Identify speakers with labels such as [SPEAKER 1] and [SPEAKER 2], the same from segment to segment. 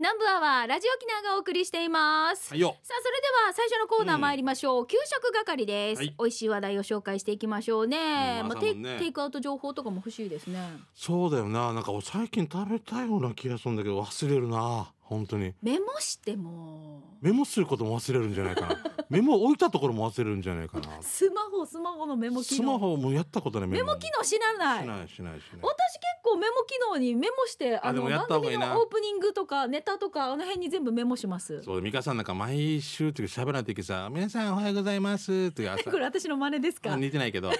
[SPEAKER 1] 南部アワーラジオ沖縄がお送りしています、
[SPEAKER 2] はいよ
[SPEAKER 1] さあそれでは最初のコーナー参りましょう、給食係です、
[SPEAKER 2] はい
[SPEAKER 1] 美味しい話題を紹介していきましょうね,、
[SPEAKER 2] うん
[SPEAKER 1] まあ
[SPEAKER 2] 朝
[SPEAKER 1] テイ
[SPEAKER 2] もね
[SPEAKER 1] テイクアウト情報とかも欲しいですね
[SPEAKER 2] そうだよななんか俺最近食べたような気がするんだけど忘れるな本当に
[SPEAKER 1] メモしても
[SPEAKER 2] メモすることも忘れるんじゃないか なメモ置いたところも忘れるんじゃないかな
[SPEAKER 1] スマホスマホのメモ機能
[SPEAKER 2] スマホもやったことない
[SPEAKER 1] メモ機能知らない
[SPEAKER 2] しないしないしない
[SPEAKER 1] 私結構メモ機能にメモしてあ
[SPEAKER 2] で
[SPEAKER 1] の
[SPEAKER 2] もやっ
[SPEAKER 1] 番
[SPEAKER 2] た方がい
[SPEAKER 1] 組
[SPEAKER 2] いな
[SPEAKER 1] のオープニングとかネタとかあの辺に全部メモします
[SPEAKER 2] そう美香さんなんか毎週っていうか喋らないといけさ「皆さんおはようございます」っていう朝
[SPEAKER 1] これ私の真似ですか
[SPEAKER 2] 似てない けど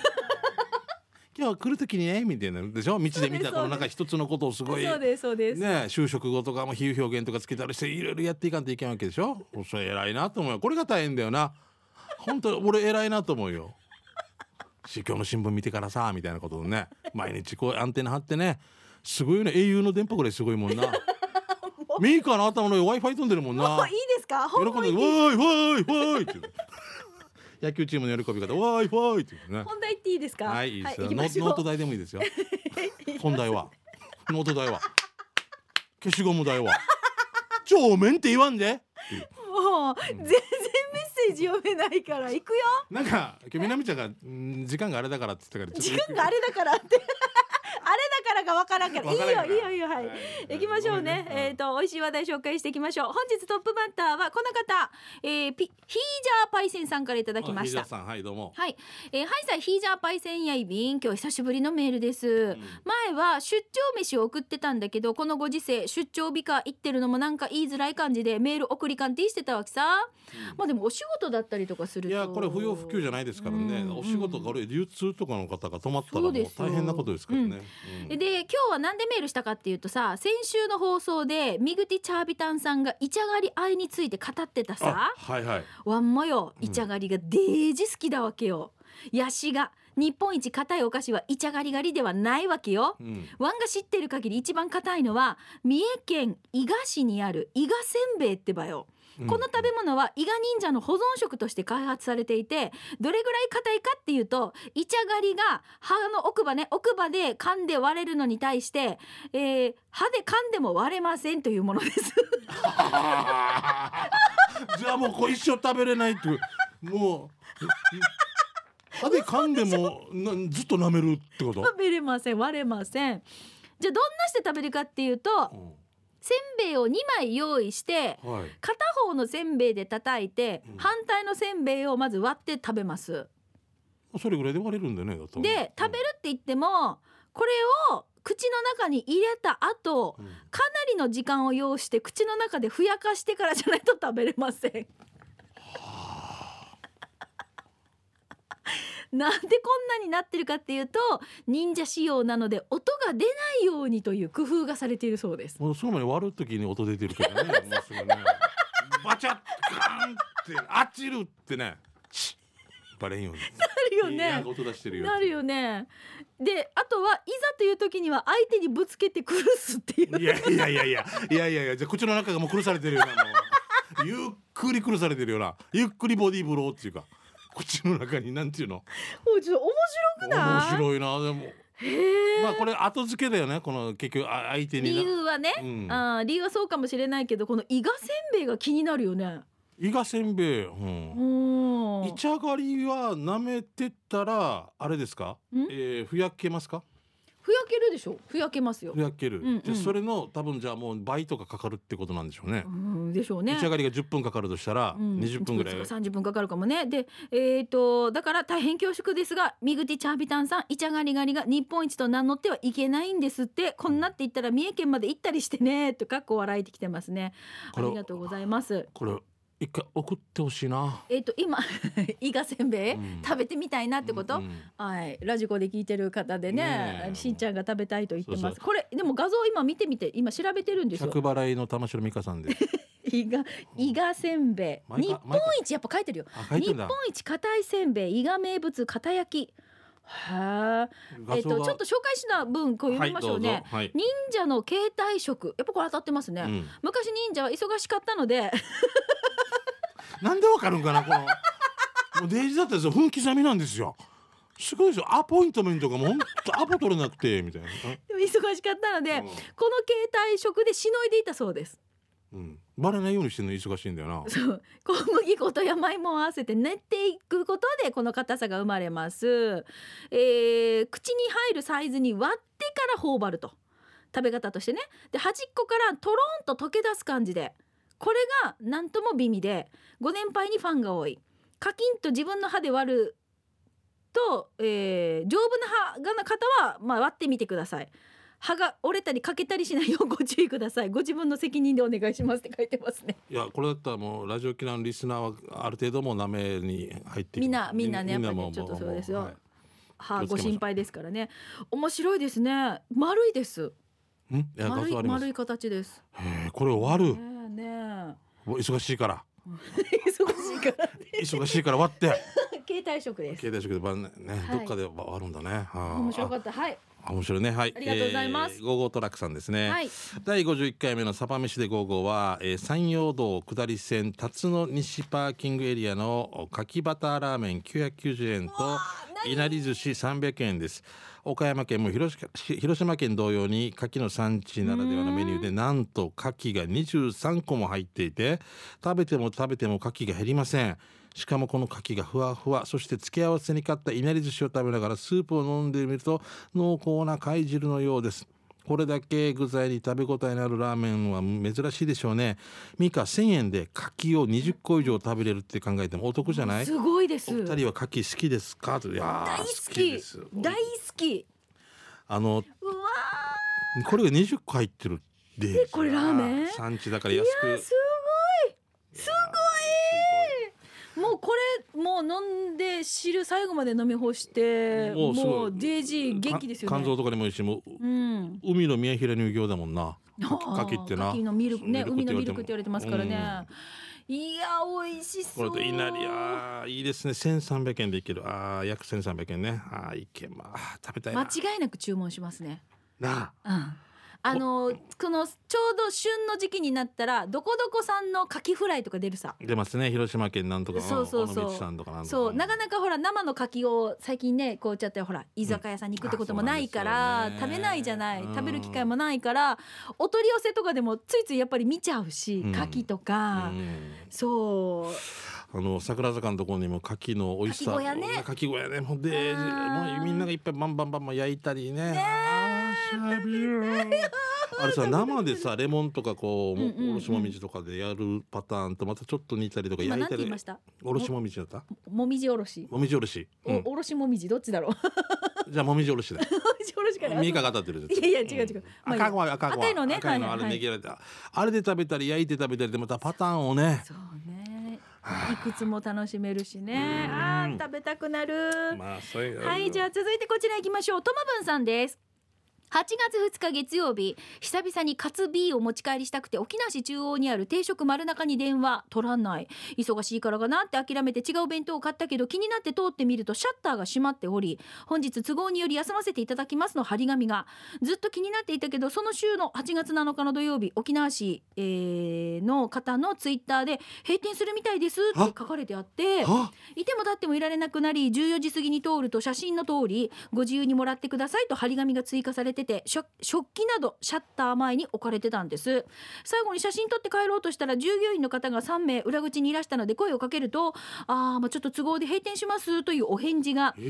[SPEAKER 2] 今日来る時にねみたいなのでしょ道で見たこの中一つのことをす
[SPEAKER 1] そ
[SPEAKER 2] ご
[SPEAKER 1] う
[SPEAKER 2] い
[SPEAKER 1] ですそうです、
[SPEAKER 2] ねえ就職後とかも比喩表現とかつけたりしていろいろやっていかんといけないわけでしょそれ偉いなと思うよこれが大変だよな本当俺偉いなと思うよ市況の新聞見てからさみたいなことをね毎日こうアンテナ張ってねすごいよね英雄の電波ぐらいすごいも んなメーカーの頭の上 w i f i 飛んでるもん
[SPEAKER 1] も
[SPEAKER 2] な
[SPEAKER 1] ういいですか
[SPEAKER 2] 喜
[SPEAKER 1] 本
[SPEAKER 2] んで
[SPEAKER 1] 本
[SPEAKER 2] 「わーいわーいわーい」って言うの野球チームの喜び方「わーいわーい」って言うのね
[SPEAKER 1] 本題行っていいですか
[SPEAKER 2] はいいいですよ、
[SPEAKER 1] 行き
[SPEAKER 2] ノ
[SPEAKER 1] ましょう
[SPEAKER 2] ノート代でもいいです よ本題はノート代は消しゴム代は帳面って言わんで
[SPEAKER 1] もう全然メッセージ読めないから行く よ
[SPEAKER 2] なんか今日みなみちゃんがん時間があれだからって言ったから
[SPEAKER 1] 時
[SPEAKER 2] ちょっと
[SPEAKER 1] 間があれだからって あれだからがわからんからい
[SPEAKER 2] わ
[SPEAKER 1] い
[SPEAKER 2] か
[SPEAKER 1] よ
[SPEAKER 2] らんから
[SPEAKER 1] いいよいいよはい、
[SPEAKER 2] はい
[SPEAKER 1] 行きましょうね
[SPEAKER 2] ごめんね
[SPEAKER 1] えっ、と美味しい話題紹介していきましょう本日トップバッターはこの方、えー、ピヒージャーパイセンさんからいただきました
[SPEAKER 2] あひじゃさんはいどうも
[SPEAKER 1] はい、えー、はいさいヒージャーパイセンやいびん今日久しぶりのメールです、
[SPEAKER 2] ん
[SPEAKER 1] 前は出張飯を送ってたんだけどこのご時世出張日か行ってるのもなんか言いづらい感じでメール送り勘ってしてたわけさ、まあでもお仕事だったりとかする
[SPEAKER 2] い
[SPEAKER 1] と
[SPEAKER 2] やこれ不要不急じゃないですからね、
[SPEAKER 1] うん
[SPEAKER 2] お仕事があるいは流通とかの方が止まった
[SPEAKER 1] そ
[SPEAKER 2] らも
[SPEAKER 1] う
[SPEAKER 2] う
[SPEAKER 1] ですよ
[SPEAKER 2] 大変なことですからね、うん
[SPEAKER 1] で今日はなんでメールしたかっていうとさ先週の放送でミグティチャービタンさんがイチャガリ愛について語ってた
[SPEAKER 2] あ
[SPEAKER 1] さ
[SPEAKER 2] はいはい
[SPEAKER 1] わんもよ
[SPEAKER 2] うん
[SPEAKER 1] イチャガリがデージ好きだわけよ。ヤシが日本一硬いお菓子はイチャガリ狩りではないわけよ。
[SPEAKER 2] うん
[SPEAKER 1] ワンが知ってる限り一番硬いのは三重県伊賀市にある伊賀せんべいってばよ。
[SPEAKER 2] うん
[SPEAKER 1] この食べ物は伊賀忍者の保存食として開発されていてどれぐらい硬いかっていうとイチャガリが歯の奥歯ね奥歯で噛んで割れるのに対して、えー歯で噛んでも割れませんというものです
[SPEAKER 2] あ ーじゃあもうこう一生食べれないっていうもう歯で噛んでもなずっと舐めるってこと、
[SPEAKER 1] 食べれません割れませんじゃあどんなして食べるかっていうと
[SPEAKER 2] う
[SPEAKER 1] せんべいを2枚用意して
[SPEAKER 2] ん、はい
[SPEAKER 1] 片方のせんべいで叩いて
[SPEAKER 2] うん
[SPEAKER 1] 反対のせんべいをまず割って食べます
[SPEAKER 2] それぐらいで割れるんだよねだと
[SPEAKER 1] で食べるって言ってもこれを口の中に入れた後
[SPEAKER 2] うん
[SPEAKER 1] かなりの時間を要して口の中でふやかしてからじゃないと食べれません。 なんでこんなになってるかっていうと忍者仕様なので音が出ないようにという工夫がされているそうです。
[SPEAKER 2] もうその前に割る時に音出てるけどね もうすぐねバチャッカーンってあっちるってねシッバレんように
[SPEAKER 1] あるよ
[SPEAKER 2] いいな
[SPEAKER 1] ね
[SPEAKER 2] んか。音出してるよ
[SPEAKER 1] なるよね。であとはいざという時には相手にぶつけて苦すっていう
[SPEAKER 2] いやいやいやいやいやいやいやじゃあ口の中がもう苦されてるよなもうゆっくり苦されてるよなゆっくりボディーブローっていうか口の中になんていうの
[SPEAKER 1] もうちょっと面白く
[SPEAKER 2] 面
[SPEAKER 1] ない
[SPEAKER 2] 白いなでも
[SPEAKER 1] へえ、
[SPEAKER 2] まあこれ後付けだよねこの結局あ相手
[SPEAKER 1] 理
[SPEAKER 2] にな
[SPEAKER 1] 由はね、
[SPEAKER 2] うん
[SPEAKER 1] あー理由はそうかもしれないけどこの伊賀せんべいが気になるよね。
[SPEAKER 2] 伊賀せんべい、うん
[SPEAKER 1] うん
[SPEAKER 2] イチャガリは舐めてたらあれですか
[SPEAKER 1] ん、
[SPEAKER 2] えー、ふやけますか
[SPEAKER 1] ふやけるでしょふやけますよ
[SPEAKER 2] ふ。やける、
[SPEAKER 1] うんうん
[SPEAKER 2] じゃあそれの多分じゃあもう倍とかかかるってことなんでしょうね
[SPEAKER 1] う、んでしょうね。
[SPEAKER 2] イチャガリが10分かかるとしたら
[SPEAKER 1] うん
[SPEAKER 2] 20分ぐらい、
[SPEAKER 1] 三十分かかるかもね。で、えっ、とだから大変恐縮ですが、ミグティチャービタンさん、イチャガリガリが日本一と名乗ってはいけないんですって。こんなって言ったら三重県まで行ったりしてねとかっこ笑いてきてますね。あ
[SPEAKER 2] こ
[SPEAKER 1] りが
[SPEAKER 2] れ
[SPEAKER 1] とうございます。
[SPEAKER 2] これ一回送ってほしいな
[SPEAKER 1] えっ、と今 伊賀せんべい、
[SPEAKER 2] うん
[SPEAKER 1] 食べてみたいなってこと？
[SPEAKER 2] うんうん
[SPEAKER 1] はい、ラジコで聞いてる方でね
[SPEAKER 2] ねえ
[SPEAKER 1] しんちゃんが食べたいと言ってます
[SPEAKER 2] そうそう
[SPEAKER 1] これでも画像今見てみて今調べてるんですよ
[SPEAKER 2] 百払いの玉城美香さんで
[SPEAKER 1] 伊賀伊賀せんべい
[SPEAKER 2] 毎
[SPEAKER 1] 日
[SPEAKER 2] 回
[SPEAKER 1] 本一やっぱ書いてるよ
[SPEAKER 2] あ書い
[SPEAKER 1] 日
[SPEAKER 2] てん
[SPEAKER 1] 本
[SPEAKER 2] だ
[SPEAKER 1] 一硬いせんべい伊賀名物硬焼きはあえっ、とちょっと紹介した文こう読みましょうね、
[SPEAKER 2] はいど
[SPEAKER 1] 忍者の携帯食やっぱこれ当たってますね、
[SPEAKER 2] うぞはいうん
[SPEAKER 1] 昔忍者は忙しかったので
[SPEAKER 2] なんでわかるんかなこのもうデイジーだったんですよ分刻みなんですよすごいですよアポイントメントがもうほんとアポ取れなくてみたいな
[SPEAKER 1] 忙しかったので、
[SPEAKER 2] うん
[SPEAKER 1] この携帯食でしのいでいたそうです
[SPEAKER 2] うん、バレないようにしてるの忙しいんだよな
[SPEAKER 1] そう小麦粉と山芋を合わせて練っていくことでこの硬さが生まれます、えー口に入るサイズに割ってから頬張ると食べ方としてねで端っこからトロンと溶け出す感じでこれが何とも美味でご年配にファンが多いカキンと自分の歯で割ると、えー丈夫な歯がな方は、まあ、割ってみてください歯が折れたり欠けたりしないようご注意くださいご自分の責任でお願いしますって書いてますね
[SPEAKER 2] いやこれだったらもうラジオ機能のリスナーはある程度もうなめに入ってきます
[SPEAKER 1] みんなみんなね
[SPEAKER 2] み
[SPEAKER 1] やっぱりね
[SPEAKER 2] も
[SPEAKER 1] ちょっと
[SPEAKER 2] も
[SPEAKER 1] そうですよ
[SPEAKER 2] はい
[SPEAKER 1] は
[SPEAKER 2] 気
[SPEAKER 1] あ、
[SPEAKER 2] を
[SPEAKER 1] ご
[SPEAKER 2] つけましょう
[SPEAKER 1] 心配ですからね。面白いですね。丸いです。
[SPEAKER 2] んいや画
[SPEAKER 1] 丸い
[SPEAKER 2] 像あります
[SPEAKER 1] 丸い形です。
[SPEAKER 2] へえこれ終わる
[SPEAKER 1] ねえね
[SPEAKER 2] 忙しいから
[SPEAKER 1] え。 忙しいから。
[SPEAKER 2] 忙しいから割って
[SPEAKER 1] 携帯食です。
[SPEAKER 2] 携帯食で晩ね、ね
[SPEAKER 1] はい
[SPEAKER 2] どっかで割るんだねはあ
[SPEAKER 1] 面白かった。はい。
[SPEAKER 2] あ面白いねはい
[SPEAKER 1] ありがとうございます
[SPEAKER 2] えーゴーゴートラックさんですね、
[SPEAKER 1] はい。
[SPEAKER 2] 第51回目のサパ飯でゴーゴーは、えー山陽道下り線辰野西パーキングエリアの柿バターラーメン990円といなり寿司300円です岡山県も広島広島県同様に牡蠣の産地ならではのメニューでなんと牡蠣が23個も入っていて食べても食べても牡蠣が減りませんしかもこの牡蠣がふわふわそして付け合わせに買ったいなり寿司を食べながらスープを飲んでみると濃厚な貝汁のようですこれだけ具材に食べ応えのあるラーメンは珍しいでしょうねミカ1000円で牡蠣を20個以上食べれるって考えてもお得じゃない
[SPEAKER 1] すごいです。
[SPEAKER 2] お二人は牡蠣好きですかといやー
[SPEAKER 1] 大好
[SPEAKER 2] 好き
[SPEAKER 1] き
[SPEAKER 2] です。
[SPEAKER 1] 大好き。
[SPEAKER 2] あの
[SPEAKER 1] うわ
[SPEAKER 2] これが20個入ってるで
[SPEAKER 1] これラーメン
[SPEAKER 2] 産地だから安くいや
[SPEAKER 1] ー。す
[SPEAKER 2] す
[SPEAKER 1] ごい。もうこれもう飲んで汁最後まで飲み干して
[SPEAKER 2] もうすごい
[SPEAKER 1] もう JG 元気ですよ
[SPEAKER 2] 肝臓
[SPEAKER 1] ね。
[SPEAKER 2] とかにもいいしもう
[SPEAKER 1] うん。
[SPEAKER 2] 海の宮平乳業だもんな
[SPEAKER 1] あー
[SPEAKER 2] 牡蠣ってな
[SPEAKER 1] 牡蠣のミルクね
[SPEAKER 2] そう
[SPEAKER 1] 海のミルク
[SPEAKER 2] も
[SPEAKER 1] って言われてますからね、いや美味し
[SPEAKER 2] こ
[SPEAKER 1] そう
[SPEAKER 2] れといなりやーいいですね1300円でいけるあー約1300円ねあーいけまあ食べたいな
[SPEAKER 1] 間違いなく注文しますね
[SPEAKER 2] な
[SPEAKER 1] うんあのこのちょうど旬の時期になったらどこどこさんのカキフライとか出るさ
[SPEAKER 2] あ出ますね広島県なんとか
[SPEAKER 1] そうそうそう
[SPEAKER 2] 尾道さんとかなんとか
[SPEAKER 1] そうなかなかほら生のカキを最近ねこうちゃってほら居酒屋さんに行くってこともないから、
[SPEAKER 2] あそうなんですよ
[SPEAKER 1] 食
[SPEAKER 2] ね
[SPEAKER 1] べないじゃない
[SPEAKER 2] うん
[SPEAKER 1] 食べる機会もないからお取り寄せとかでもついついやっぱり見ちゃうし
[SPEAKER 2] うん
[SPEAKER 1] カキとか、
[SPEAKER 2] うん
[SPEAKER 1] そう
[SPEAKER 2] あの桜坂のところにも牡蠣の美味しさ
[SPEAKER 1] 牡蠣小屋ね
[SPEAKER 2] 牡蠣小屋ねほんで
[SPEAKER 1] あー
[SPEAKER 2] もうみんながいっぱいバンバンバンバン焼いたりねあーしゃべる あれさ生でさレモンとかこうも
[SPEAKER 1] うんうんうん
[SPEAKER 2] おろしもみじとかでやるパターンとまたちょっと煮たりとか
[SPEAKER 1] 今
[SPEAKER 2] 焼い
[SPEAKER 1] なん
[SPEAKER 2] た
[SPEAKER 1] て言い
[SPEAKER 2] り
[SPEAKER 1] ました
[SPEAKER 2] おろしもみじだった
[SPEAKER 1] もみじおろし、
[SPEAKER 2] もみじおろし、う
[SPEAKER 1] おおろしもみじどっちだろう
[SPEAKER 2] んじゃあもみじおろしだよ
[SPEAKER 1] もみじおろ しかな
[SPEAKER 2] ミカが当たってる
[SPEAKER 1] いやいや違う違うまあいいや
[SPEAKER 2] 赤子は赤子は
[SPEAKER 1] 赤いのね
[SPEAKER 2] 赤いの
[SPEAKER 1] は
[SPEAKER 2] あ
[SPEAKER 1] い
[SPEAKER 2] れ
[SPEAKER 1] はい
[SPEAKER 2] 握られた、あれで食べたり焼いて食べたりでまたパターンをね
[SPEAKER 1] そうね。いくつも楽しめるしね。
[SPEAKER 2] うん
[SPEAKER 1] あー食べたくな る。
[SPEAKER 2] まあそういう
[SPEAKER 1] はい、じゃあ続いてこちら行きましょう。トマブンさんです。8月2日月曜日、久々にカツ B を持ち帰りしたくて、沖縄市中央にある定食丸中に電話、取らない。忙しいからかなって諦めて違う弁当を買ったけど、気になって通ってみるとシャッターが閉まっており、本日都合により休ませていただきますの張り紙が、ずっと気になっていたけど、その週の8月7日の土曜日、沖縄市、えーの方のツイッターで、閉店するみたいですって書かれてあって、
[SPEAKER 2] あ
[SPEAKER 1] いても立ってもいられなくなり14時過ぎに通ると写真の通りご自由にもらってくださいと張り紙が追加されてて食食器などシャッター前に置かれてたんです最後に写真撮って帰ろうとしたら従業員の方が3名裏口にいらしたので声をかけると「あーまあちょっと都合で閉店します」というお返事が
[SPEAKER 2] え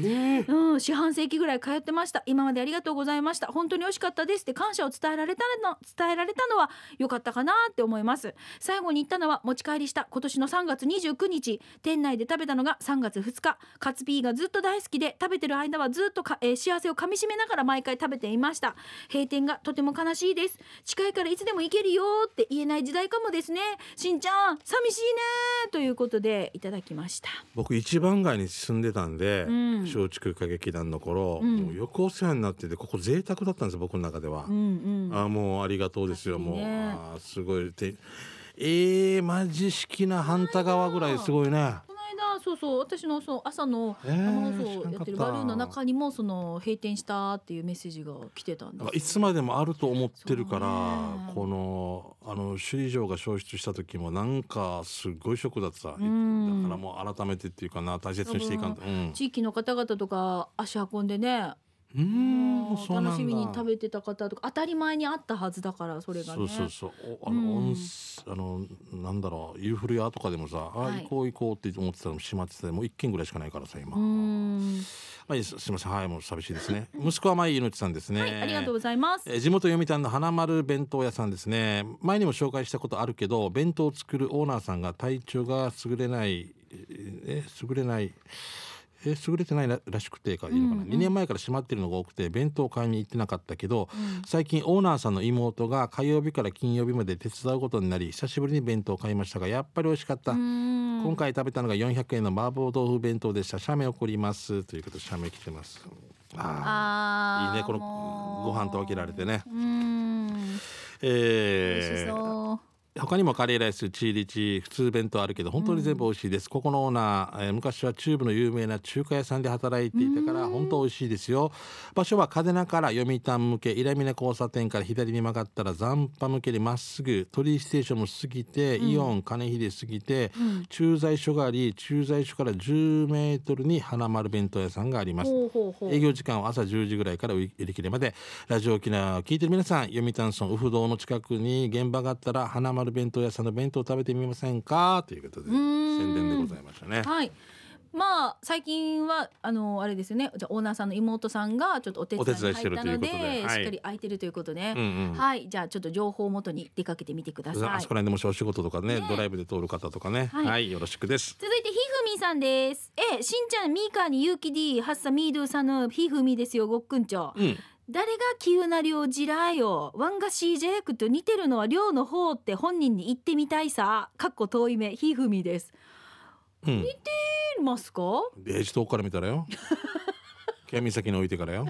[SPEAKER 2] ー、
[SPEAKER 1] うん、四半世紀ぐらい通ってました今までありがとうございました本当に美味しかったですって感謝を伝えられたの伝えられたのは良かったかなって思います最後に行ったのは持ち帰りした今年の3月29日店内で食べたのが3月2日カツピーがずっと大好きで食べてる間はずっとか、えー幸せをかみしめながら毎回食べていました閉店がとても悲しいです近いからいつでも行けるよって言えない時代かもですねしんちゃん寂しいねということでいただきました
[SPEAKER 2] 僕一番街に住んでたんで
[SPEAKER 1] うん
[SPEAKER 2] 松竹歌劇団の頃、
[SPEAKER 1] うん
[SPEAKER 2] もうよくお世話になっててここ贅沢だったんですよ僕の中では
[SPEAKER 1] う、んうん
[SPEAKER 2] あもうありがとうですよ、
[SPEAKER 1] 確
[SPEAKER 2] も
[SPEAKER 1] か
[SPEAKER 2] う
[SPEAKER 1] にね
[SPEAKER 2] あーすごいてえー、マジ式な反対側ぐらいすごいね
[SPEAKER 1] この間そうそう私のそう朝の
[SPEAKER 2] えー
[SPEAKER 1] 生放送を
[SPEAKER 2] 知らん
[SPEAKER 1] やっ
[SPEAKER 2] かってた
[SPEAKER 1] るバルーンの中にもその閉店したっていうメッセージが来てたんで
[SPEAKER 2] なん
[SPEAKER 1] す
[SPEAKER 2] かいつまでもあると思ってるから、
[SPEAKER 1] そうね
[SPEAKER 2] このあの首里城が消失した時もなんかすごいショックだった、
[SPEAKER 1] ん
[SPEAKER 2] だからもう改めてっていうかな大切にしていかんと、うん
[SPEAKER 1] 地域の方々とか足運んでね
[SPEAKER 2] うーん
[SPEAKER 1] もう楽しみに食べてた方とか当たり前にあったはずだからそれがね
[SPEAKER 2] そうそうそうおあの、
[SPEAKER 1] うん
[SPEAKER 2] 温泉あのなんだろう夕古屋とかでもさ、
[SPEAKER 1] は
[SPEAKER 2] あ
[SPEAKER 1] い
[SPEAKER 2] 行こう行こうって思ってたのも閉まっててもう一軒ぐらいしかないからさ今、
[SPEAKER 1] うー
[SPEAKER 2] ま
[SPEAKER 1] ん
[SPEAKER 2] あいいですすいませんはいもう寂しいですね息子は前井のちさんですね、
[SPEAKER 1] はいありがとうございます
[SPEAKER 2] えー地元読谷の花丸弁当屋さんですね前にも紹介したことあるけど弁当を作るオーナーさんが体調が優れないえーえー優れないえー優れてないららしくてかいいのかな、
[SPEAKER 1] うんうん
[SPEAKER 2] 2年前から閉まってるのが多くて弁当を買いに行ってなかったけど、
[SPEAKER 1] うん
[SPEAKER 2] 最近オーナーさんの妹が火曜日から金曜日まで手伝うことになり久しぶりに弁当を買いましたがやっぱり美味しかった、
[SPEAKER 1] うーん
[SPEAKER 2] 今回食べたのが400円の麻婆豆腐弁当でした写メ送りますということで写メ来てますあー
[SPEAKER 1] あー
[SPEAKER 2] いいねこの
[SPEAKER 1] もう
[SPEAKER 2] ご飯と分けられてね
[SPEAKER 1] うーん
[SPEAKER 2] ーえ
[SPEAKER 1] 美味し
[SPEAKER 2] ー
[SPEAKER 1] そう
[SPEAKER 2] 他にもカレーライスチーリチ普通弁当あるけど本当に全部美味しいです、ここのオーナー、えー昔は中部の有名な中華屋さんで働いていたから本当美味しいですよ場所は嘉手納から読谷向け伊良美奈交差点から左に曲がったら残波向けにまっすぐ鳥居ステーションも過ぎて、イオン金秀過ぎて、
[SPEAKER 1] うん
[SPEAKER 2] 駐在所があり駐在所から10メートルに花丸弁当屋さんがあります
[SPEAKER 1] ほうほうほう
[SPEAKER 2] 営業時間は朝10時ぐらいから売り切れまでラジオ沖縄を聞いてる皆さん読谷村ウフ堂の近くに現場があったら花丸弁当屋さんの弁当を食べてみませんかということで
[SPEAKER 1] うーん
[SPEAKER 2] 宣伝でございましたね。
[SPEAKER 1] はい。まあ最近はあのあれですよね。じゃあオーナーさんの妹さんがちょっとお手伝いに入ったの
[SPEAKER 2] お手伝いしてると
[SPEAKER 1] で、
[SPEAKER 2] いうことではい
[SPEAKER 1] しっかり空いてるということで、
[SPEAKER 2] うんうん
[SPEAKER 1] はい。じゃあちょっと情報を元に出かけてみてくださ
[SPEAKER 2] あ
[SPEAKER 1] い。
[SPEAKER 2] そこら辺でもしお仕事とかね
[SPEAKER 1] ね
[SPEAKER 2] ドライブで通る方とかね、
[SPEAKER 1] は
[SPEAKER 2] はいい、よろしくです。
[SPEAKER 1] 続いてひふみさんです。え、しんちゃんみーかにゆうき D はっさみーどさんのひふみですよ。ごっくんちょ。
[SPEAKER 2] うん、
[SPEAKER 1] 誰が急な量じらよ。ワンガシージェイクと似てるのは量の方って本人に言ってみたいさ。かっこ遠い目ひふみです。
[SPEAKER 2] うん、
[SPEAKER 1] いますか？
[SPEAKER 2] デージ遠くから見たらよ。県民先に置いてからよ。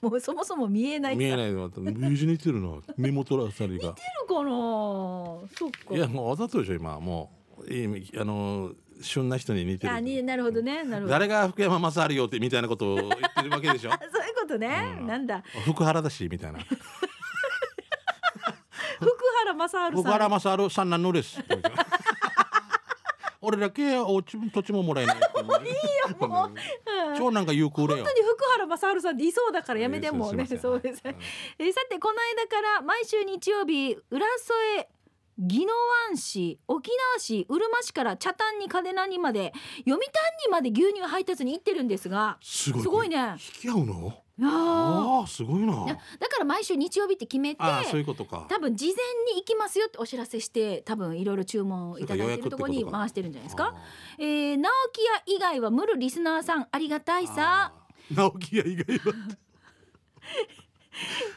[SPEAKER 1] もうそもそも見えない。
[SPEAKER 2] 見え
[SPEAKER 1] い。
[SPEAKER 2] ないの、無事に似てるな、目元らさりが。
[SPEAKER 1] かな。そっか。
[SPEAKER 2] いや、もうわざとでしょ、今、もう、いい、あの、旬な人に似てる。
[SPEAKER 1] あになるほどねなるほど
[SPEAKER 2] 誰が福山雅治よってみたいなことを言ってるわけ でしょ
[SPEAKER 1] そういうことね、
[SPEAKER 2] うん
[SPEAKER 1] なんだ
[SPEAKER 2] 福原だしみたいな
[SPEAKER 1] 福原雅治さん
[SPEAKER 2] 福原雅治さんなん のです俺だけおうち土地ももらえないもういいよもう
[SPEAKER 1] うん
[SPEAKER 2] 長男が有効だよ
[SPEAKER 1] 本当に福原雅治さんっていそうだからやめてもうね、
[SPEAKER 2] えー
[SPEAKER 1] そう
[SPEAKER 2] す
[SPEAKER 1] で
[SPEAKER 2] いますせん
[SPEAKER 1] ね、えーさてこの間から毎週日曜日浦添宜野湾市沖縄市うるま市から北谷に嘉手納にまで読谷にまで牛乳配達に行ってるんですが
[SPEAKER 2] すごい
[SPEAKER 1] すごいね
[SPEAKER 2] 引き合うの
[SPEAKER 1] いやー
[SPEAKER 2] ああすごいない
[SPEAKER 1] やだから毎週日曜日って決めて
[SPEAKER 2] ああそういうことか
[SPEAKER 1] 多分事前に行きますよってお知らせして多分いろいろ注文をいただいてるところに回してるんじゃないですかえー、直木屋以外は無るリスナーさんありがたいさ
[SPEAKER 2] あー直木屋以外は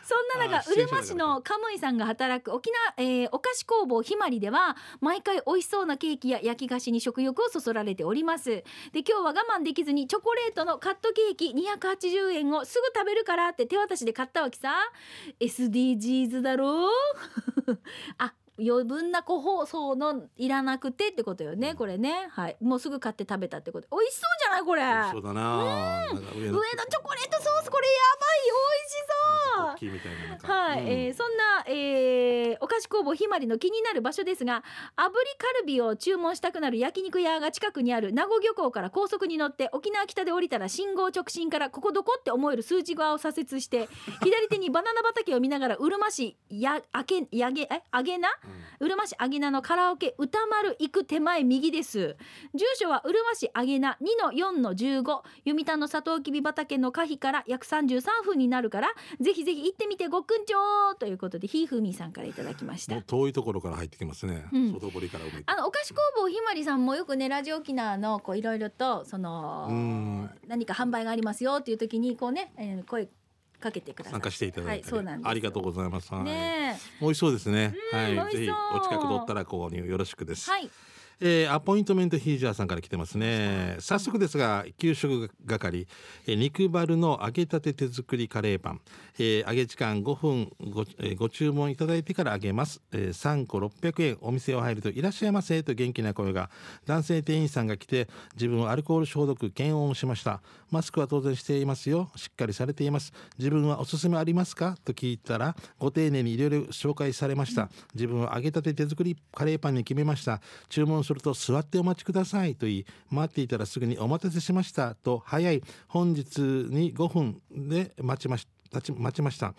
[SPEAKER 1] そんな
[SPEAKER 2] あー
[SPEAKER 1] 中う
[SPEAKER 2] 失礼
[SPEAKER 1] る
[SPEAKER 2] し
[SPEAKER 1] ま
[SPEAKER 2] ま
[SPEAKER 1] 市
[SPEAKER 2] した
[SPEAKER 1] のカムイさんが働く沖縄、えーお菓子工房ひまりでは毎回美味しそうなケーキや焼き菓子に食欲をそそられておりますで今日は我慢できずにチョコレートのカットケーキ280円をすぐ食べるからって手渡しで買ったわけさ SDGs だろう あ余分な個包装のいらなくてってことよねこれねはいもうすぐ買って食べたってこと美味しそうじゃないこれ
[SPEAKER 2] そうだななんか上
[SPEAKER 1] 上のチョコレートソースこれやばい美味しそう
[SPEAKER 2] みたいななんか
[SPEAKER 1] はい、
[SPEAKER 2] うん
[SPEAKER 1] えーそんな、えーお菓子工房ひまりの気になる場所ですが炙りカルビを注文したくなる焼肉屋が近くにある名護漁港から高速に乗って沖縄北で降りたら信号直進からここどこって思える数字側を左折して左手にバナナ畑を見ながらうるま市やあけやげえあげな
[SPEAKER 2] うん
[SPEAKER 1] うるま市あげなのカラオケ歌丸行く手前右です住所はうるま市あげな2-4の15読谷のサトウキビ畑の可否から約33分になるからぜひぜひ行ってみてごっくんちょーということでひーふみさんからいただきました
[SPEAKER 2] もう遠いところから入ってきますね、
[SPEAKER 1] うん
[SPEAKER 2] 外堀から埋めて
[SPEAKER 1] あのお菓子工房ひまりさんもよくねラジオ沖縄のこういろいろとその
[SPEAKER 2] うん
[SPEAKER 1] 何か販売がありますよっていう時にこうね、えー声かけてくださ
[SPEAKER 2] 参加していただいて、
[SPEAKER 1] はいそうなんですよ
[SPEAKER 2] ありがとうございます。はい
[SPEAKER 1] いね
[SPEAKER 2] 美味しそうですね。
[SPEAKER 1] 美
[SPEAKER 2] は
[SPEAKER 1] 味
[SPEAKER 2] い、
[SPEAKER 1] しそう
[SPEAKER 2] ぜひお近く取ったら購入よろしくで
[SPEAKER 1] え
[SPEAKER 2] す。
[SPEAKER 1] はい
[SPEAKER 2] えーアポイントメントヒージャーさんから来てますね。早速ですが、給食係、えー肉バルの揚げたて手作りカレーパン、えー揚げ時間5分ご,、えーご注文いただいてから揚げます、えー3個600円お店を入るといらっしゃいませと元気な声が男性店員さんが来て自分はアルコール消毒検温をしましたマスクは当然していますよしっかりされています自分はおすすめありますかと聞いたらご丁寧にいろいろ紹介されました自分は揚げたて手作りカレーパンに決めました注文すると「座ってお待ちください」と言い「待っていたらすぐにお待たせしました」と早い本日に5分で待ちまし立ち待ちました。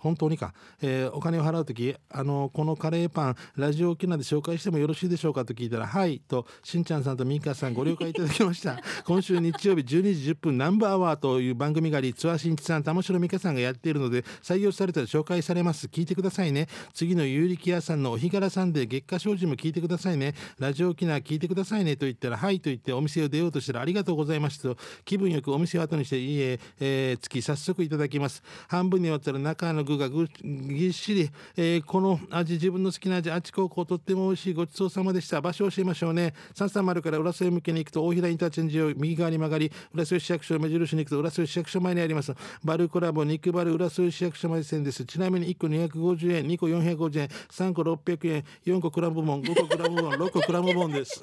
[SPEAKER 2] 本当にか、えーお金を払う時あのこのカレーパンラジオ沖縄で紹介してもよろしいでしょうかと聞いたら「はい」としんちゃんさんとみーかさんご了解いただきました今週日曜日12時10分ナンバーアワーという番組がありツアーしんいちさん玉城美香さんがやっているので採用されたら紹介されます聞いてくださいね次の有力屋さんのお日柄さんで月下精進も聞いてくださいねラジオ沖縄聞いてくださいねと言ったら「はい」と言ってお店を出ようとしたら「ありがとうございます」と気分よくお店を後にして家へ、えー月早速いただきます半分に割ったら中の具がぐぎっしり、えーこの味自分の好きな味あっち高校とっても美味しいごちそうさまでした場所を教えましょうね330から浦添向けに行くと大平インターチェンジを右側に曲がり浦添市役所を目印に行くと浦添市役所前にありますバルコラボ肉バル浦添市役所前線ですちなみに1個250円2個450円3個600円4個クラムボン5個クラムボン6個クラムボンです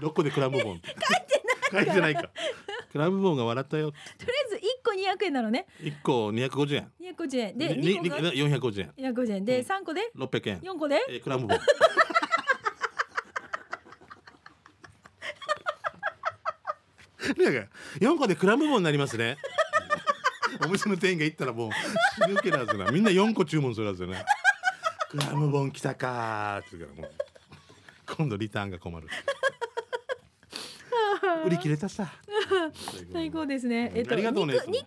[SPEAKER 2] 6個でクラムボン書いてないかクラムボンが笑ったよ
[SPEAKER 1] とりあえず一個200円なのね
[SPEAKER 2] 一個二百五十円。
[SPEAKER 1] 250円で
[SPEAKER 2] に
[SPEAKER 1] 2
[SPEAKER 2] に
[SPEAKER 1] 個が
[SPEAKER 2] 四百五十円。
[SPEAKER 1] 250円で3個で
[SPEAKER 2] 六百円。
[SPEAKER 1] 4個で
[SPEAKER 2] えークラムボン。なんか四個でクラムボンになりますね。お店の店員が行ったらもう死ぬ気なんですよな。みんな四個注文するんですよね。クラムボン来たかーって言うからもう今度リターンが困る。売り切れたさ。
[SPEAKER 1] 最高ですね。えっと、
[SPEAKER 2] あり
[SPEAKER 1] 肉
[SPEAKER 2] がとう
[SPEAKER 1] 肉バ
[SPEAKER 2] ね
[SPEAKER 1] ル、これ、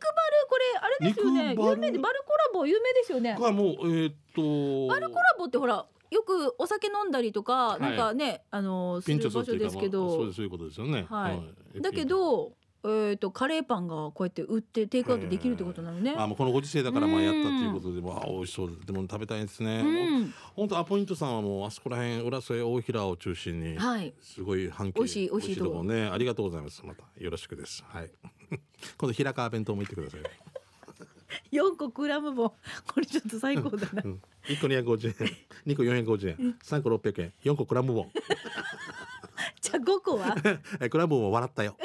[SPEAKER 1] あれですよね。
[SPEAKER 2] 肉バル
[SPEAKER 1] 有名で、バルコラボ有名ですよね。
[SPEAKER 2] これはもうえーっと。
[SPEAKER 1] バルコラボって、ほら、よくお酒飲んだりとか、
[SPEAKER 2] い
[SPEAKER 1] なんかね、あの、す
[SPEAKER 2] ピンチ
[SPEAKER 1] る
[SPEAKER 2] ョス
[SPEAKER 1] 場
[SPEAKER 2] ってい
[SPEAKER 1] 所
[SPEAKER 2] うか
[SPEAKER 1] ですけ
[SPEAKER 2] まあそう
[SPEAKER 1] ど
[SPEAKER 2] です。そういうことですよね。
[SPEAKER 1] はい
[SPEAKER 2] い
[SPEAKER 1] だけど、えっと、カレーパンがこうやって売って、テイクアウトできるってことなのね
[SPEAKER 2] ま。あ、もうこのご時世だからまあやったっていうことでまあ美味しそうででも食べたいですね、
[SPEAKER 1] うん、
[SPEAKER 2] 本当アポイントさんはもうあそこら辺浦添大平を中心に
[SPEAKER 1] はい。
[SPEAKER 2] すごい反響
[SPEAKER 1] 美味しい美味しいとこ
[SPEAKER 2] こねありがとうございますまたよろしくですはい 今度平川弁当も行ってください
[SPEAKER 1] 四個クラムボン、 これちょっと最高だな
[SPEAKER 2] う。ん、1個250円2個450円3個600円4個クラムボン
[SPEAKER 1] じゃ、あ五個は。
[SPEAKER 2] えクラムボン笑っ たよ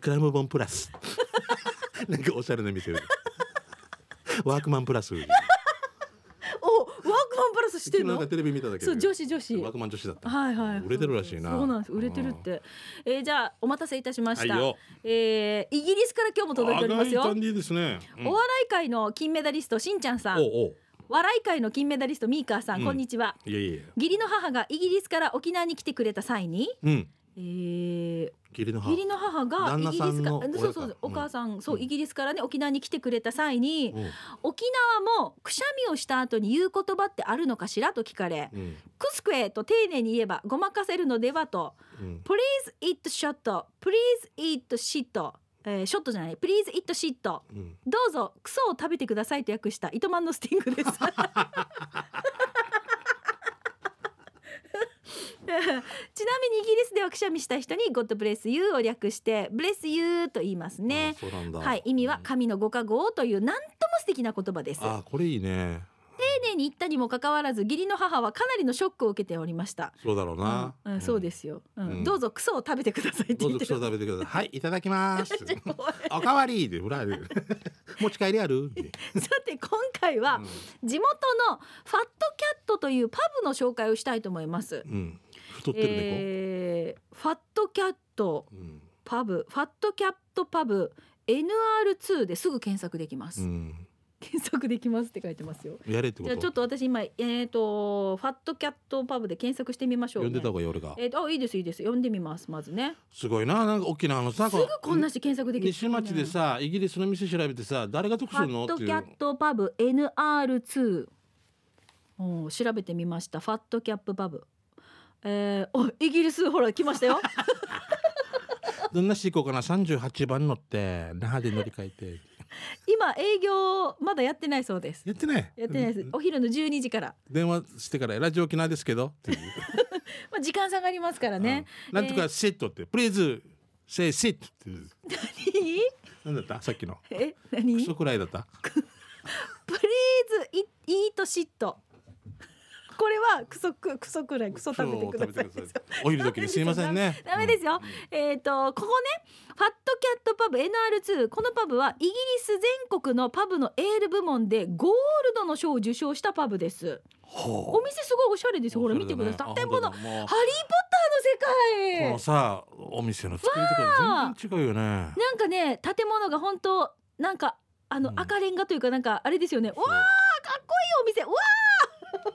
[SPEAKER 2] クラムボンプ ラスなんかおしゃれな店ワークマンプラス
[SPEAKER 1] お、ワークマンプラスしてん
[SPEAKER 2] 昨日なん
[SPEAKER 1] の
[SPEAKER 2] か。テレビ見ただけで
[SPEAKER 1] そう、女子女子。
[SPEAKER 2] ワークマン女子だった、
[SPEAKER 1] はいはい、
[SPEAKER 2] 売れてるらしいな
[SPEAKER 1] そうなんです売れてるって、えー、じゃあお待たせいたしました、
[SPEAKER 2] はいよ
[SPEAKER 1] えー、イギリスから今日も届いておりますよ、
[SPEAKER 2] あがいたんでいいですね、うん
[SPEAKER 1] お笑い界の金メダリストしんちゃんさん
[SPEAKER 2] おう
[SPEAKER 1] 笑い界の金メダリストミーカーさん、
[SPEAKER 2] うん
[SPEAKER 1] こんにちは
[SPEAKER 2] おういやいやいや
[SPEAKER 1] 義理の母がイギリスから沖縄に来てくれた際に、
[SPEAKER 2] うん
[SPEAKER 1] えー、
[SPEAKER 2] 義理の母
[SPEAKER 1] 義理の母が
[SPEAKER 2] 旦
[SPEAKER 1] イギ
[SPEAKER 2] 那
[SPEAKER 1] リ
[SPEAKER 2] さん
[SPEAKER 1] スか
[SPEAKER 2] の
[SPEAKER 1] そうそうそうお
[SPEAKER 2] 親か
[SPEAKER 1] 母さん、そう
[SPEAKER 2] うん
[SPEAKER 1] イギリスからね沖縄に来てくれた際に、
[SPEAKER 2] おう
[SPEAKER 1] 沖縄もくしゃみをした後に言う言葉ってあるのかしらと聞かれ、
[SPEAKER 2] うん
[SPEAKER 1] クスクエと丁寧に言えばごまかせるのではと
[SPEAKER 2] うん、
[SPEAKER 1] Please eat shot Please eat shit えー、ショットじゃない Please eat shit ど
[SPEAKER 2] うん、
[SPEAKER 1] うぞクソを食べてくださいと訳した糸満のスティングです ちなみにイギリスではくしゃみした人に God bless you を略して bless you と言いますね
[SPEAKER 2] あそうなんだ
[SPEAKER 1] はい意味は神のご加護をというなんとも素敵な言葉です
[SPEAKER 2] あこれいいね
[SPEAKER 1] 丁寧に言ったにもかかわらず義理の母はかなりのショックを受けておりました
[SPEAKER 2] そうだろうな、
[SPEAKER 1] うんうん、そうですよ、うん
[SPEAKER 2] うん
[SPEAKER 1] どうぞクソを食べてくださいって
[SPEAKER 2] どう
[SPEAKER 1] 言っ
[SPEAKER 2] ぞ
[SPEAKER 1] て
[SPEAKER 2] クソ
[SPEAKER 1] る
[SPEAKER 2] 食べてくださいはいいただきます
[SPEAKER 1] 怖い
[SPEAKER 2] おかわりで裏で 持ち帰りあるって
[SPEAKER 1] さて今回は地元のファットキャットというパブの紹介をしたいと思います
[SPEAKER 2] うん、うん、太ってる猫、
[SPEAKER 1] えーファットキャット
[SPEAKER 2] うん
[SPEAKER 1] パブファットキャットパブ NR2 ですぐ検索できます、
[SPEAKER 2] うん、
[SPEAKER 1] 検索できますって書いてますよ
[SPEAKER 2] やれってこ
[SPEAKER 1] じゃ
[SPEAKER 2] と
[SPEAKER 1] あちょっと私今えっ、とファットキャットパブで検索してみましょう、ね、
[SPEAKER 2] 呼んでた方がいい俺が
[SPEAKER 1] えーとあいいですいいです読んでみますまずね
[SPEAKER 2] すごいななんか沖縄のさ
[SPEAKER 1] すぐこんなして検索できる
[SPEAKER 2] 西町でさイギリスの店調べてさ誰が得す
[SPEAKER 1] ファ
[SPEAKER 2] るの
[SPEAKER 1] ッ
[SPEAKER 2] っ
[SPEAKER 1] ト
[SPEAKER 2] て
[SPEAKER 1] キ
[SPEAKER 2] い
[SPEAKER 1] ャ
[SPEAKER 2] う
[SPEAKER 1] ットパブ NR2 おー調べてみましたファットキャップパブえー、おイギリスほら来ましたよ
[SPEAKER 2] どんなしていこうかな38番乗って那覇で乗り換えて
[SPEAKER 1] 今営業まだやってないそうです
[SPEAKER 2] やってね
[SPEAKER 1] やってないですお昼の12時から、
[SPEAKER 2] 電話してからラジオ沖縄ですけどっていう
[SPEAKER 1] まあ、時間差 がありますからね、
[SPEAKER 2] うんなんとかセットってプレーズセイセットっていう
[SPEAKER 1] いい
[SPEAKER 2] なんだったさっきの
[SPEAKER 1] え
[SPEAKER 2] ク
[SPEAKER 1] 何
[SPEAKER 2] ソくらいだった
[SPEAKER 1] プリーズイイートシットこれはクソくクソくらいクソ食べてください
[SPEAKER 2] そう食べ てくださいお昼時にすいませんね
[SPEAKER 1] ダメですよ
[SPEAKER 2] うん
[SPEAKER 1] えー、とここねファットキャットパブ NR2 このパブはイギリス全国のパブのエール部門でゴールドの賞を受賞したパブです
[SPEAKER 2] ほ
[SPEAKER 1] お店すごいおしゃれですよほら見てください店舗の「ハリー・ポッター」
[SPEAKER 2] の
[SPEAKER 1] の世
[SPEAKER 2] こ
[SPEAKER 1] 界
[SPEAKER 2] のさお店の作りとか全然違うよね
[SPEAKER 1] なんかね建物が本当なんかあの
[SPEAKER 2] うん
[SPEAKER 1] 赤レンガというかなんかあれですよね、うわーかっこいいお店うわー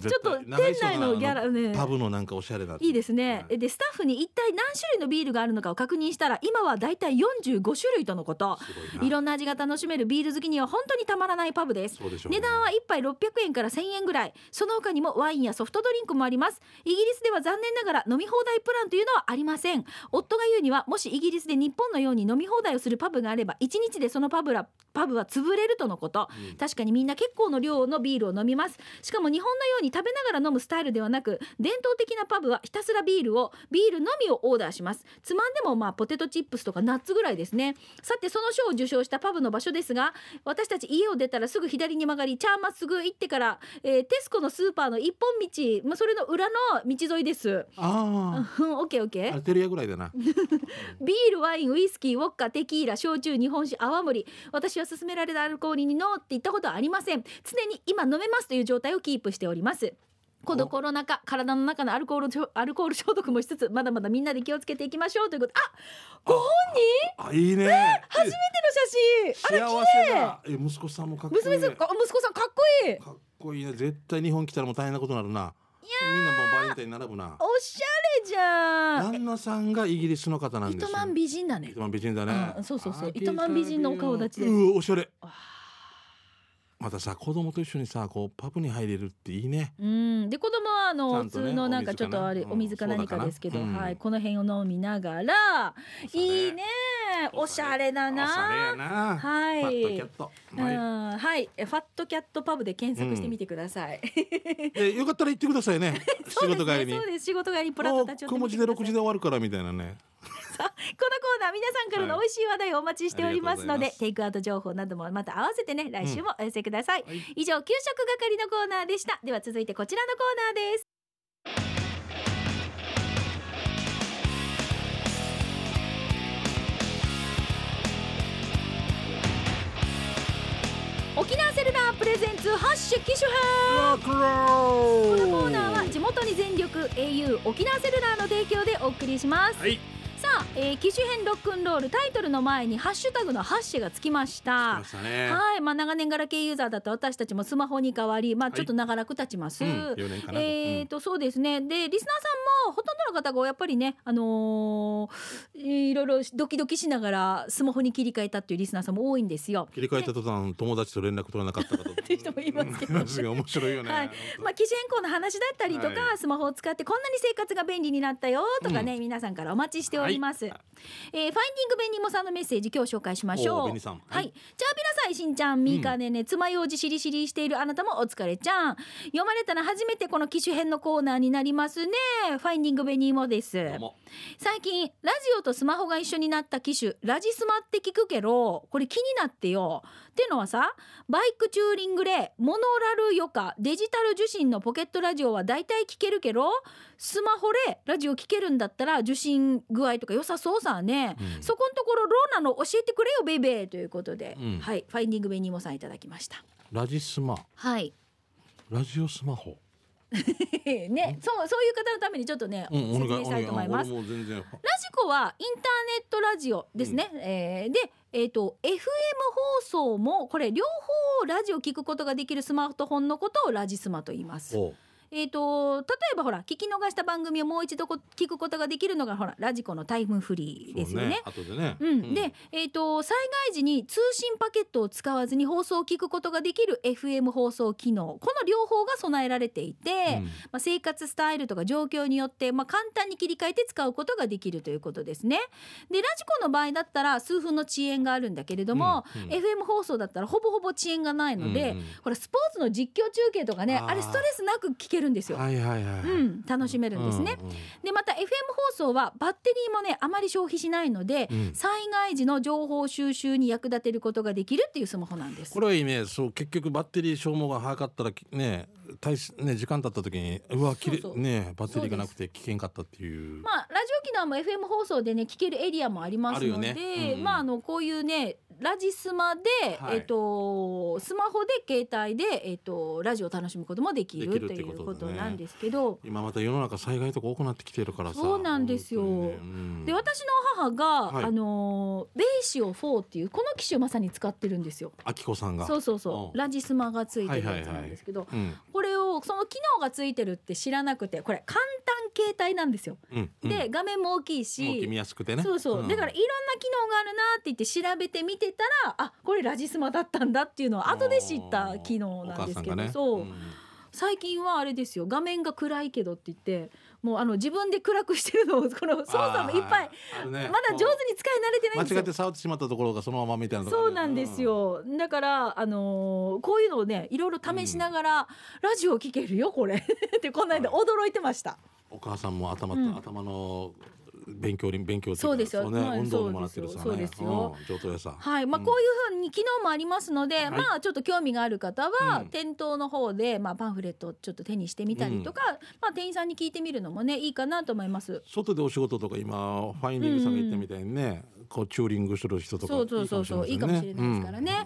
[SPEAKER 1] ちょっと店内のギャラね
[SPEAKER 2] パブのなんかおしゃれない
[SPEAKER 1] いですね、でスタッフに一体何種類のビールがあるのかを確認したら今はだいたい45種類とのことい
[SPEAKER 2] ん
[SPEAKER 1] ろんな味が楽しめるビール好きには本当にたまらないパブです
[SPEAKER 2] そうでしょうね
[SPEAKER 1] 値段は1杯600円から1000円ぐらいその他にもワインやソフトドリンクもありますイギリスでは残念ながら飲み放題プランというのはありません夫が言うにはもしイギリスで日本のように飲み放題をするパブがあれば1日でそのパブらパブは潰れるとのこと、
[SPEAKER 2] うん
[SPEAKER 1] 確かにみんな結構の量のビールを飲みますしかも日本のように食べながら飲むスタイルではなく伝統的なパブはひたすらビールをビールのみをオーダーしますつまんでもまあポテトチップスとかナッツぐらいですねさてその賞を受賞したパブの場所ですが私たち家を出たらすぐ左に曲がりチャーまっすぐ行ってから、えーテスコのスーパーの一本道、まあ、それの裏の道沿いです
[SPEAKER 2] あ
[SPEAKER 1] うん オッケーオッケ
[SPEAKER 2] あ
[SPEAKER 1] ー
[SPEAKER 2] アルテリアぐらいだな
[SPEAKER 1] ビールワインウイスキーウォッカテキーラ焼酎日本酒泡盛私は勧められたアルコールにノーって言ったことはありません常に今飲めますという状態をキープしておりますこのコロナ禍体の中のアルコール消アルコール消毒もしつつまだまだみんなで気をつけていきましょうということあご本人
[SPEAKER 2] あいいね初めて
[SPEAKER 1] 手の写真あら
[SPEAKER 2] 幸せだえ息子さんもかっこいい
[SPEAKER 1] 娘さんあ息子さんかっこいい
[SPEAKER 2] かっこいいね絶対日本来たらもう大変なことになるなみんなもうバレンタインに並ぶな
[SPEAKER 1] おしゃれじゃん
[SPEAKER 2] 旦那さんがイギリスの方なんです
[SPEAKER 1] 糸
[SPEAKER 2] よ
[SPEAKER 1] 満美人だね
[SPEAKER 2] 糸満美人だね
[SPEAKER 1] うんそうそうそう
[SPEAKER 2] あー
[SPEAKER 1] 糸満美人のお顔立ちです
[SPEAKER 2] うーおしゃれ
[SPEAKER 1] わ
[SPEAKER 2] またさ子供と一緒にさこうパブに入れるっていいね
[SPEAKER 1] うん、で子供はあの、
[SPEAKER 2] ちゃん
[SPEAKER 1] 普
[SPEAKER 2] とね
[SPEAKER 1] 通のなんかちょっとあれお
[SPEAKER 2] お
[SPEAKER 1] 水
[SPEAKER 2] 水
[SPEAKER 1] か
[SPEAKER 2] かなうん
[SPEAKER 1] 何かですけど、
[SPEAKER 2] ソーダかなうん
[SPEAKER 1] はいこの辺を飲みながらいいねおしゃれだ
[SPEAKER 2] おしゃ
[SPEAKER 1] な
[SPEAKER 2] れやな
[SPEAKER 1] はい
[SPEAKER 2] パッとキャットはい
[SPEAKER 1] うんはいえファットキャットパブで検索してみてください、
[SPEAKER 2] えよかったら行ってくださいね 仕事帰りに
[SPEAKER 1] そうです仕事帰りにプラッ
[SPEAKER 2] も
[SPEAKER 1] と
[SPEAKER 2] う
[SPEAKER 1] 立ち
[SPEAKER 2] 小
[SPEAKER 1] 寄ってみて
[SPEAKER 2] 文字
[SPEAKER 1] ください
[SPEAKER 2] で6時で終わるからみたいなね
[SPEAKER 1] このコーナー皆さんからの美味しい話題をお待ちしておりますので、
[SPEAKER 2] はいありがとうございます
[SPEAKER 1] テイクアウト情報などもまた合わせてね来週もお寄せください、
[SPEAKER 2] はい
[SPEAKER 1] 以上給食係のコーナーでしたでは続いてこちらのコーナーです沖縄セルラープレゼンツ発種機種編
[SPEAKER 2] ロックロ
[SPEAKER 1] この
[SPEAKER 2] ール
[SPEAKER 1] コーナーは地元に全力 au 沖縄セルラーの提供でお送りします
[SPEAKER 2] はい
[SPEAKER 1] さあ、えー、機種編ロックンロールタイトルの前にハッシュタグのハッシュがつきました。
[SPEAKER 2] 来ましたね
[SPEAKER 1] はい、まあ長年ガラケーユーザーだった私たちもスマホに変わり、まあ
[SPEAKER 2] はい
[SPEAKER 1] ちょっと長らく経ちます。
[SPEAKER 2] うん4年かな
[SPEAKER 1] えーとそうですねでリスナーさんもほとんどの方がやっぱりね、あのーいろいろドキドキしながらスマホに切り替えたっていうリスナーさんも多いんですよ。
[SPEAKER 2] 切り替えた途端友達と連絡取れなかった かとって
[SPEAKER 1] いう人もいますけど
[SPEAKER 2] 面白いよね、
[SPEAKER 1] はいまあ、機種変更の話だったりとか、
[SPEAKER 2] はい
[SPEAKER 1] スマホを使ってこんなに生活が便利になったよとかね、皆さんからお待ちしております、
[SPEAKER 2] はい
[SPEAKER 1] えーファインディングベニモさんのメッセージ今日紹介しましょう
[SPEAKER 2] おー
[SPEAKER 1] はい
[SPEAKER 2] ベ
[SPEAKER 1] チャー
[SPEAKER 2] ニ
[SPEAKER 1] ピ
[SPEAKER 2] さん
[SPEAKER 1] ラさんしんちゃんみーかねねつまようじしりしりしているあなたもお疲れちゃん読まれたら初めてこの機種編のコーナーになりますねファインディングベニモです
[SPEAKER 2] どうも
[SPEAKER 1] 最近ラジオとスマホが一緒になった機種ラジスマって聞くけどこれ気になってよっていうのはさバイクチューリングでモノラル余暇デジタル受信のポケットラジオは大体聞けるけどスマホでラジオ聞けるんだったら受信具合とか良さそうさね、
[SPEAKER 2] うん
[SPEAKER 1] そこんところローナの教えてくれよベイベーということで、
[SPEAKER 2] うん
[SPEAKER 1] はいファインディングベニーモさんいただきました
[SPEAKER 2] ラジスマ
[SPEAKER 1] はい
[SPEAKER 2] ラジオスマホ
[SPEAKER 1] ねそうそういう方のためにちょっとね、
[SPEAKER 2] うんお
[SPEAKER 1] 説
[SPEAKER 2] 願
[SPEAKER 1] 明
[SPEAKER 2] い
[SPEAKER 1] し
[SPEAKER 2] お
[SPEAKER 1] た
[SPEAKER 2] 願
[SPEAKER 1] い
[SPEAKER 2] い
[SPEAKER 1] と
[SPEAKER 2] あ
[SPEAKER 1] 思います
[SPEAKER 2] 俺も全然
[SPEAKER 1] ラジコはインターネットラジオですね。えーで、えっ、と FM 放送もこれ両方ラジオ聞くことができるスマートフォンのことをラジスマと言います。
[SPEAKER 2] おう
[SPEAKER 1] えっ、と例えばほら聞き逃した番組をもう一度こ聞くことができるのがほらラジコのタイムフリーですよね。
[SPEAKER 2] そう後でね、
[SPEAKER 1] うん、で、えー、と災害時に通信パケットを使わずに放送を聞くことができる FM 放送機能この両方が備えられていて、
[SPEAKER 2] うん
[SPEAKER 1] まあ、生活スタイルとか状況によって、まあ、簡単に切り替えて使うことができるということですね。でラジコの場合だったら数分の遅延があるんだけれども、
[SPEAKER 2] うんうん
[SPEAKER 1] FM 放送だったらほぼほぼ遅延がないので、
[SPEAKER 2] うんうん
[SPEAKER 1] ほらスポーツの実況中継とかね
[SPEAKER 2] あ
[SPEAKER 1] あ
[SPEAKER 2] ー
[SPEAKER 1] れストレスなく聞けるんですよ。
[SPEAKER 2] はいはいはい、
[SPEAKER 1] うん、楽しめるんですね、
[SPEAKER 2] うんうん
[SPEAKER 1] でまた FM 放送はバッテリーもねあまり消費しないので、
[SPEAKER 2] うん
[SPEAKER 1] 災害時の情報収集に役立てることができるっていうスマホなんです
[SPEAKER 2] こ。れはいいねそう結局バッテリー消耗が早かったらね大しね時間経った時にうわ切れ
[SPEAKER 1] そうそう
[SPEAKER 2] ねバッテリーがなくて危険かったっていう。
[SPEAKER 1] まあ、ラジオ機能も FM 放送でね聞けるエリアもありますので、
[SPEAKER 2] あるよねうんうん
[SPEAKER 1] まあ、あのこういうねラジスマで、
[SPEAKER 2] はい
[SPEAKER 1] えっとスマホで携帯で、えっとラジオを楽しむこともできる
[SPEAKER 2] できるっ
[SPEAKER 1] と
[SPEAKER 2] て
[SPEAKER 1] い
[SPEAKER 2] ことだね
[SPEAKER 1] うことなんですけど。
[SPEAKER 2] 今また世の中災害とか多くなってきてるからさ。
[SPEAKER 1] そうなんですよ
[SPEAKER 2] 本当にねうん
[SPEAKER 1] で私の母が、
[SPEAKER 2] はい
[SPEAKER 1] あのベーシオ4っていうこの機種をまさに使ってるんですよ。
[SPEAKER 2] あきこさんが。
[SPEAKER 1] そうそうそううんラジスマがついてるやつなんですけど、
[SPEAKER 2] うん
[SPEAKER 1] これをその機能がついてるって知らなくてこれ簡単携帯なんですよ。
[SPEAKER 2] うんうん。
[SPEAKER 1] で、画面も大きいし
[SPEAKER 2] もう決めやすくてね。
[SPEAKER 1] そうそう、
[SPEAKER 2] ん
[SPEAKER 1] だからいろんな機能があるなって言って調べてみてたらあこれラジスマだったんだっていうのは後で知った機能なんですけど、
[SPEAKER 2] お母さんがね
[SPEAKER 1] そう、
[SPEAKER 2] ん
[SPEAKER 1] 最近はあれですよ画面が暗いけどって言ってもうあの自分で暗くしてるのをこの操作もいっぱい、
[SPEAKER 2] あるね
[SPEAKER 1] まだ上手に使い慣れてないんです
[SPEAKER 2] 間違
[SPEAKER 1] よ
[SPEAKER 2] って。触ってしまったところがそのままみたいなとこあ
[SPEAKER 1] そ
[SPEAKER 2] る
[SPEAKER 1] うなんです。よ。だからあのーこういうのをねいろいろ試しながら、ラジオ聞けるよこれ ってこの間驚いてました。
[SPEAKER 2] お母さんも頭と、
[SPEAKER 1] うん
[SPEAKER 2] 頭の勉強に勉強っていか
[SPEAKER 1] そうですよ
[SPEAKER 2] ね、
[SPEAKER 1] はい
[SPEAKER 2] 運動にもらってるさね。
[SPEAKER 1] そうですよ
[SPEAKER 2] うん上等やさ。
[SPEAKER 1] はい、まあ、
[SPEAKER 2] うん
[SPEAKER 1] こういうふうに機能もありますので、
[SPEAKER 2] い
[SPEAKER 1] まあ、ちょっと興味がある方は、
[SPEAKER 2] うん
[SPEAKER 1] 店頭の方で、まあ、パンフレットをちょっと手にしてみたりとか、まあ、店員さんに聞いてみるのもね、いいかなと思います。
[SPEAKER 2] 外でお仕事とか今ファインディングさんが言ったみたいにね、こうチューリングする人とか
[SPEAKER 1] そうそうそうそう、いいかもしれないですからね。
[SPEAKER 2] うん
[SPEAKER 1] は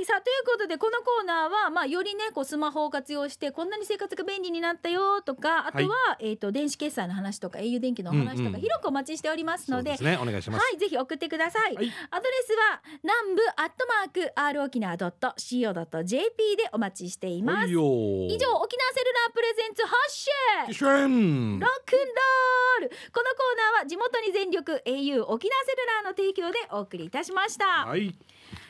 [SPEAKER 1] い、さあ、ということで、このコーナーは、まあ、よりね、こう、スマホを活用して、こんなに生活が便利になったよとか。あとは、えっ、と、電子決済の話とか、au 電気のお話とか、
[SPEAKER 2] うんうん
[SPEAKER 1] 広くお待ちしております
[SPEAKER 2] そ
[SPEAKER 1] の
[SPEAKER 2] う
[SPEAKER 1] で
[SPEAKER 2] で。すねお願いします。
[SPEAKER 1] はい、ぜひ送ってください。
[SPEAKER 2] はい
[SPEAKER 1] アドレスは南部アットマーク r 沖縄ドット co ドット jp でお待ちしています。
[SPEAKER 2] いよー
[SPEAKER 1] 以上、沖縄セルラープレゼンツ発信
[SPEAKER 2] 一
[SPEAKER 1] ロックンロール。このコー
[SPEAKER 2] 瞬
[SPEAKER 1] ナーは地元に全力 au 沖縄セルラーの提供でお送りいたしました。
[SPEAKER 2] はい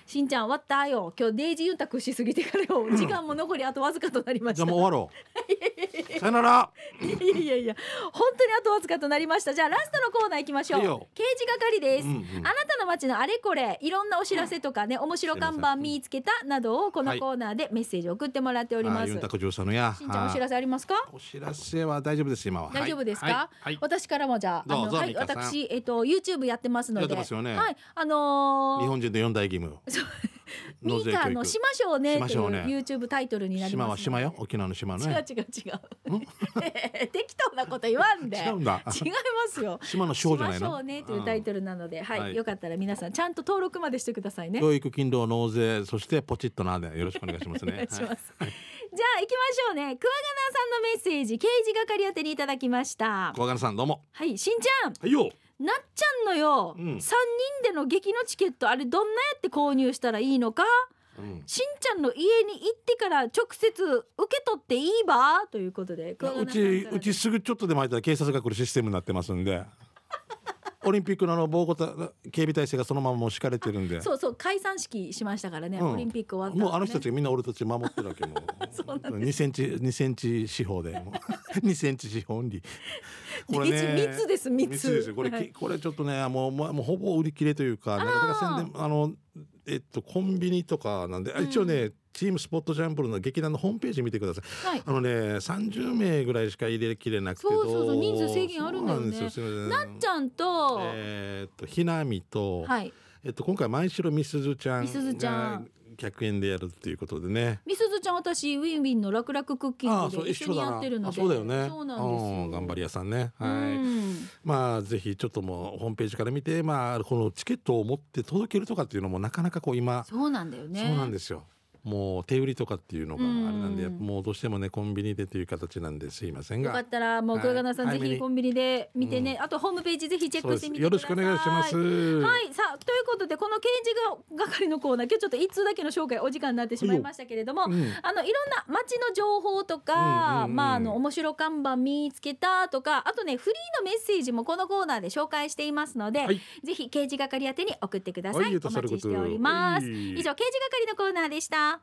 [SPEAKER 1] しんちゃん終わったよ。今日デイジーユンタクしすぎてからよ。時間も残りあとわずかとなりまし
[SPEAKER 2] じゃ
[SPEAKER 1] た
[SPEAKER 2] あ。もう終わ ろう。さよなら。
[SPEAKER 1] いやいやいや、本当にあとわずかとなりました。じゃあラストのコーナー行きましょう。
[SPEAKER 2] いいよ
[SPEAKER 1] 刑事係です。
[SPEAKER 2] うんうん
[SPEAKER 1] あなたの街のあれこれ、いろんなお知らせとかね、面白看板見つけたなどをこのコーナーでメッセージ送ってもらっておりま
[SPEAKER 2] あ
[SPEAKER 1] す。
[SPEAKER 2] ユンタク上さんのや。
[SPEAKER 1] しんちゃんお知
[SPEAKER 2] はい
[SPEAKER 1] らせありますか？
[SPEAKER 2] お知らせは大丈夫です今は。
[SPEAKER 1] 大丈夫ですか、
[SPEAKER 2] はい。はい
[SPEAKER 1] 私からもじゃああ
[SPEAKER 2] どうぞ
[SPEAKER 1] はい
[SPEAKER 2] ミカさん
[SPEAKER 1] 私えっ、と YouTube やってますので
[SPEAKER 2] やってますよね
[SPEAKER 1] はいあのー
[SPEAKER 2] 日本人で四大義務。
[SPEAKER 1] ミ
[SPEAKER 2] 納税
[SPEAKER 1] カ
[SPEAKER 2] 教育
[SPEAKER 1] の「しましょうね」ってい
[SPEAKER 2] しましょ
[SPEAKER 1] う
[SPEAKER 2] うね
[SPEAKER 1] YouTube タイトルになり
[SPEAKER 2] 島
[SPEAKER 1] ま
[SPEAKER 2] は
[SPEAKER 1] す
[SPEAKER 2] 島よ沖縄の島
[SPEAKER 1] 違う違う
[SPEAKER 2] ね。
[SPEAKER 1] 違う 適当なこと言わんで
[SPEAKER 2] 違うんだ。
[SPEAKER 1] 違いますよ
[SPEAKER 2] 島の
[SPEAKER 1] し
[SPEAKER 2] 省じゃ
[SPEAKER 1] ま
[SPEAKER 2] ない
[SPEAKER 1] しょ
[SPEAKER 2] の
[SPEAKER 1] う。ねというタイトルなので、はい、
[SPEAKER 2] はい
[SPEAKER 1] よかったら皆さんちゃんと登録までしてくださいね。
[SPEAKER 2] 教育勤労納税そしてポチッとなでよろしくお願いしま す
[SPEAKER 1] お
[SPEAKER 2] ね。
[SPEAKER 1] 願いします。じゃあ行きま
[SPEAKER 2] はい
[SPEAKER 1] しょうね。クワガナーさんのメッセージ、刑事係宛てにいただきました。
[SPEAKER 2] 小金さんどうも。
[SPEAKER 1] はい、しんちゃん、
[SPEAKER 2] はいよ。
[SPEAKER 1] なっちゃんのよ、
[SPEAKER 2] う
[SPEAKER 1] 三
[SPEAKER 2] ん
[SPEAKER 1] 人での劇のチケット、あれどんなやって購入したらいいのか。
[SPEAKER 2] うん。
[SPEAKER 1] しんちゃんの家に行ってから直接受け取っていいばということで。クワガ
[SPEAKER 2] う
[SPEAKER 1] ナーさんから
[SPEAKER 2] ちうちすぐちょっとでも入ったら警察が来るシステムになってますんで。オリンピックのあの防護た警備体制がそのままもう敷かれてるんで。
[SPEAKER 1] そうそう、解散式しましたからね、
[SPEAKER 2] うん
[SPEAKER 1] オリンピック終わった、ね。
[SPEAKER 2] もうあの人たちがみんな俺たち守ってるわけもう2センチ2センチ四方でもう 2センチ四方に
[SPEAKER 1] 密です密
[SPEAKER 2] ですよこれ、
[SPEAKER 1] はい
[SPEAKER 2] きこれちょっとねもうもうもうほぼ売り切れというかなかなか宣伝あのえっとコンビニとかなんで、あ一応ねチームスポットジャンプルの劇団のホームページ見てください
[SPEAKER 1] はい。
[SPEAKER 2] あのね30名ぐらいしか入れきれなく
[SPEAKER 1] そ
[SPEAKER 2] て
[SPEAKER 1] うそうそう
[SPEAKER 2] ど
[SPEAKER 1] 人数制限あるんだよね
[SPEAKER 2] そうなんですよすいま
[SPEAKER 1] な
[SPEAKER 2] せん
[SPEAKER 1] っちゃんと、
[SPEAKER 2] えーっとひなみと、
[SPEAKER 1] はい、
[SPEAKER 2] えっと今回前城みすずちゃん
[SPEAKER 1] みすずちゃん
[SPEAKER 2] 100円でやるっていうことでね
[SPEAKER 1] みすずちゃん私ウィンウィンの楽々クッキ
[SPEAKER 2] ああ
[SPEAKER 1] ン
[SPEAKER 2] そ
[SPEAKER 1] グ
[SPEAKER 2] う
[SPEAKER 1] で一緒にやってるので
[SPEAKER 2] 一緒だなあそ
[SPEAKER 1] そうう
[SPEAKER 2] だ
[SPEAKER 1] な
[SPEAKER 2] よね
[SPEAKER 1] んです
[SPEAKER 2] う
[SPEAKER 1] よ
[SPEAKER 2] ん頑張り屋さんね
[SPEAKER 1] う
[SPEAKER 2] はい、
[SPEAKER 1] ん
[SPEAKER 2] まあぜひちょっともうホームページから見てまあこのチケットを持って届けるとかっていうのもなかなかこう今
[SPEAKER 1] そうなんだよね
[SPEAKER 2] そうなんですよもう手売りとかっていうのがあれなんで、
[SPEAKER 1] うん
[SPEAKER 2] もうどうしてもねコンビニでという形なんですいません
[SPEAKER 1] よか
[SPEAKER 2] が
[SPEAKER 1] ったらもう
[SPEAKER 2] はい
[SPEAKER 1] 小山さん、
[SPEAKER 2] 早
[SPEAKER 1] ぜ
[SPEAKER 2] め
[SPEAKER 1] ひ
[SPEAKER 2] に
[SPEAKER 1] コンビニで見てね、あとホームページぜひチェッ
[SPEAKER 2] そう
[SPEAKER 1] ク
[SPEAKER 2] で
[SPEAKER 1] し
[SPEAKER 2] す
[SPEAKER 1] てみてください
[SPEAKER 2] よろしくお願いします
[SPEAKER 1] はいさあということでこの刑事係のコーナー今日ちょっと一通だけの紹介お時間になってしまいましたけれども、
[SPEAKER 2] うん
[SPEAKER 1] あのいろんな街の情報とか、
[SPEAKER 2] うんうんうん
[SPEAKER 1] まああの面白看板見つけたとかあとねフリーのメッセージもこのコーナーで紹介していますので、
[SPEAKER 2] はい
[SPEAKER 1] ぜひ刑事係宛てに送ってください、
[SPEAKER 2] はい
[SPEAKER 1] お待ちしております
[SPEAKER 2] はい
[SPEAKER 1] 以上刑事係のコーナーでした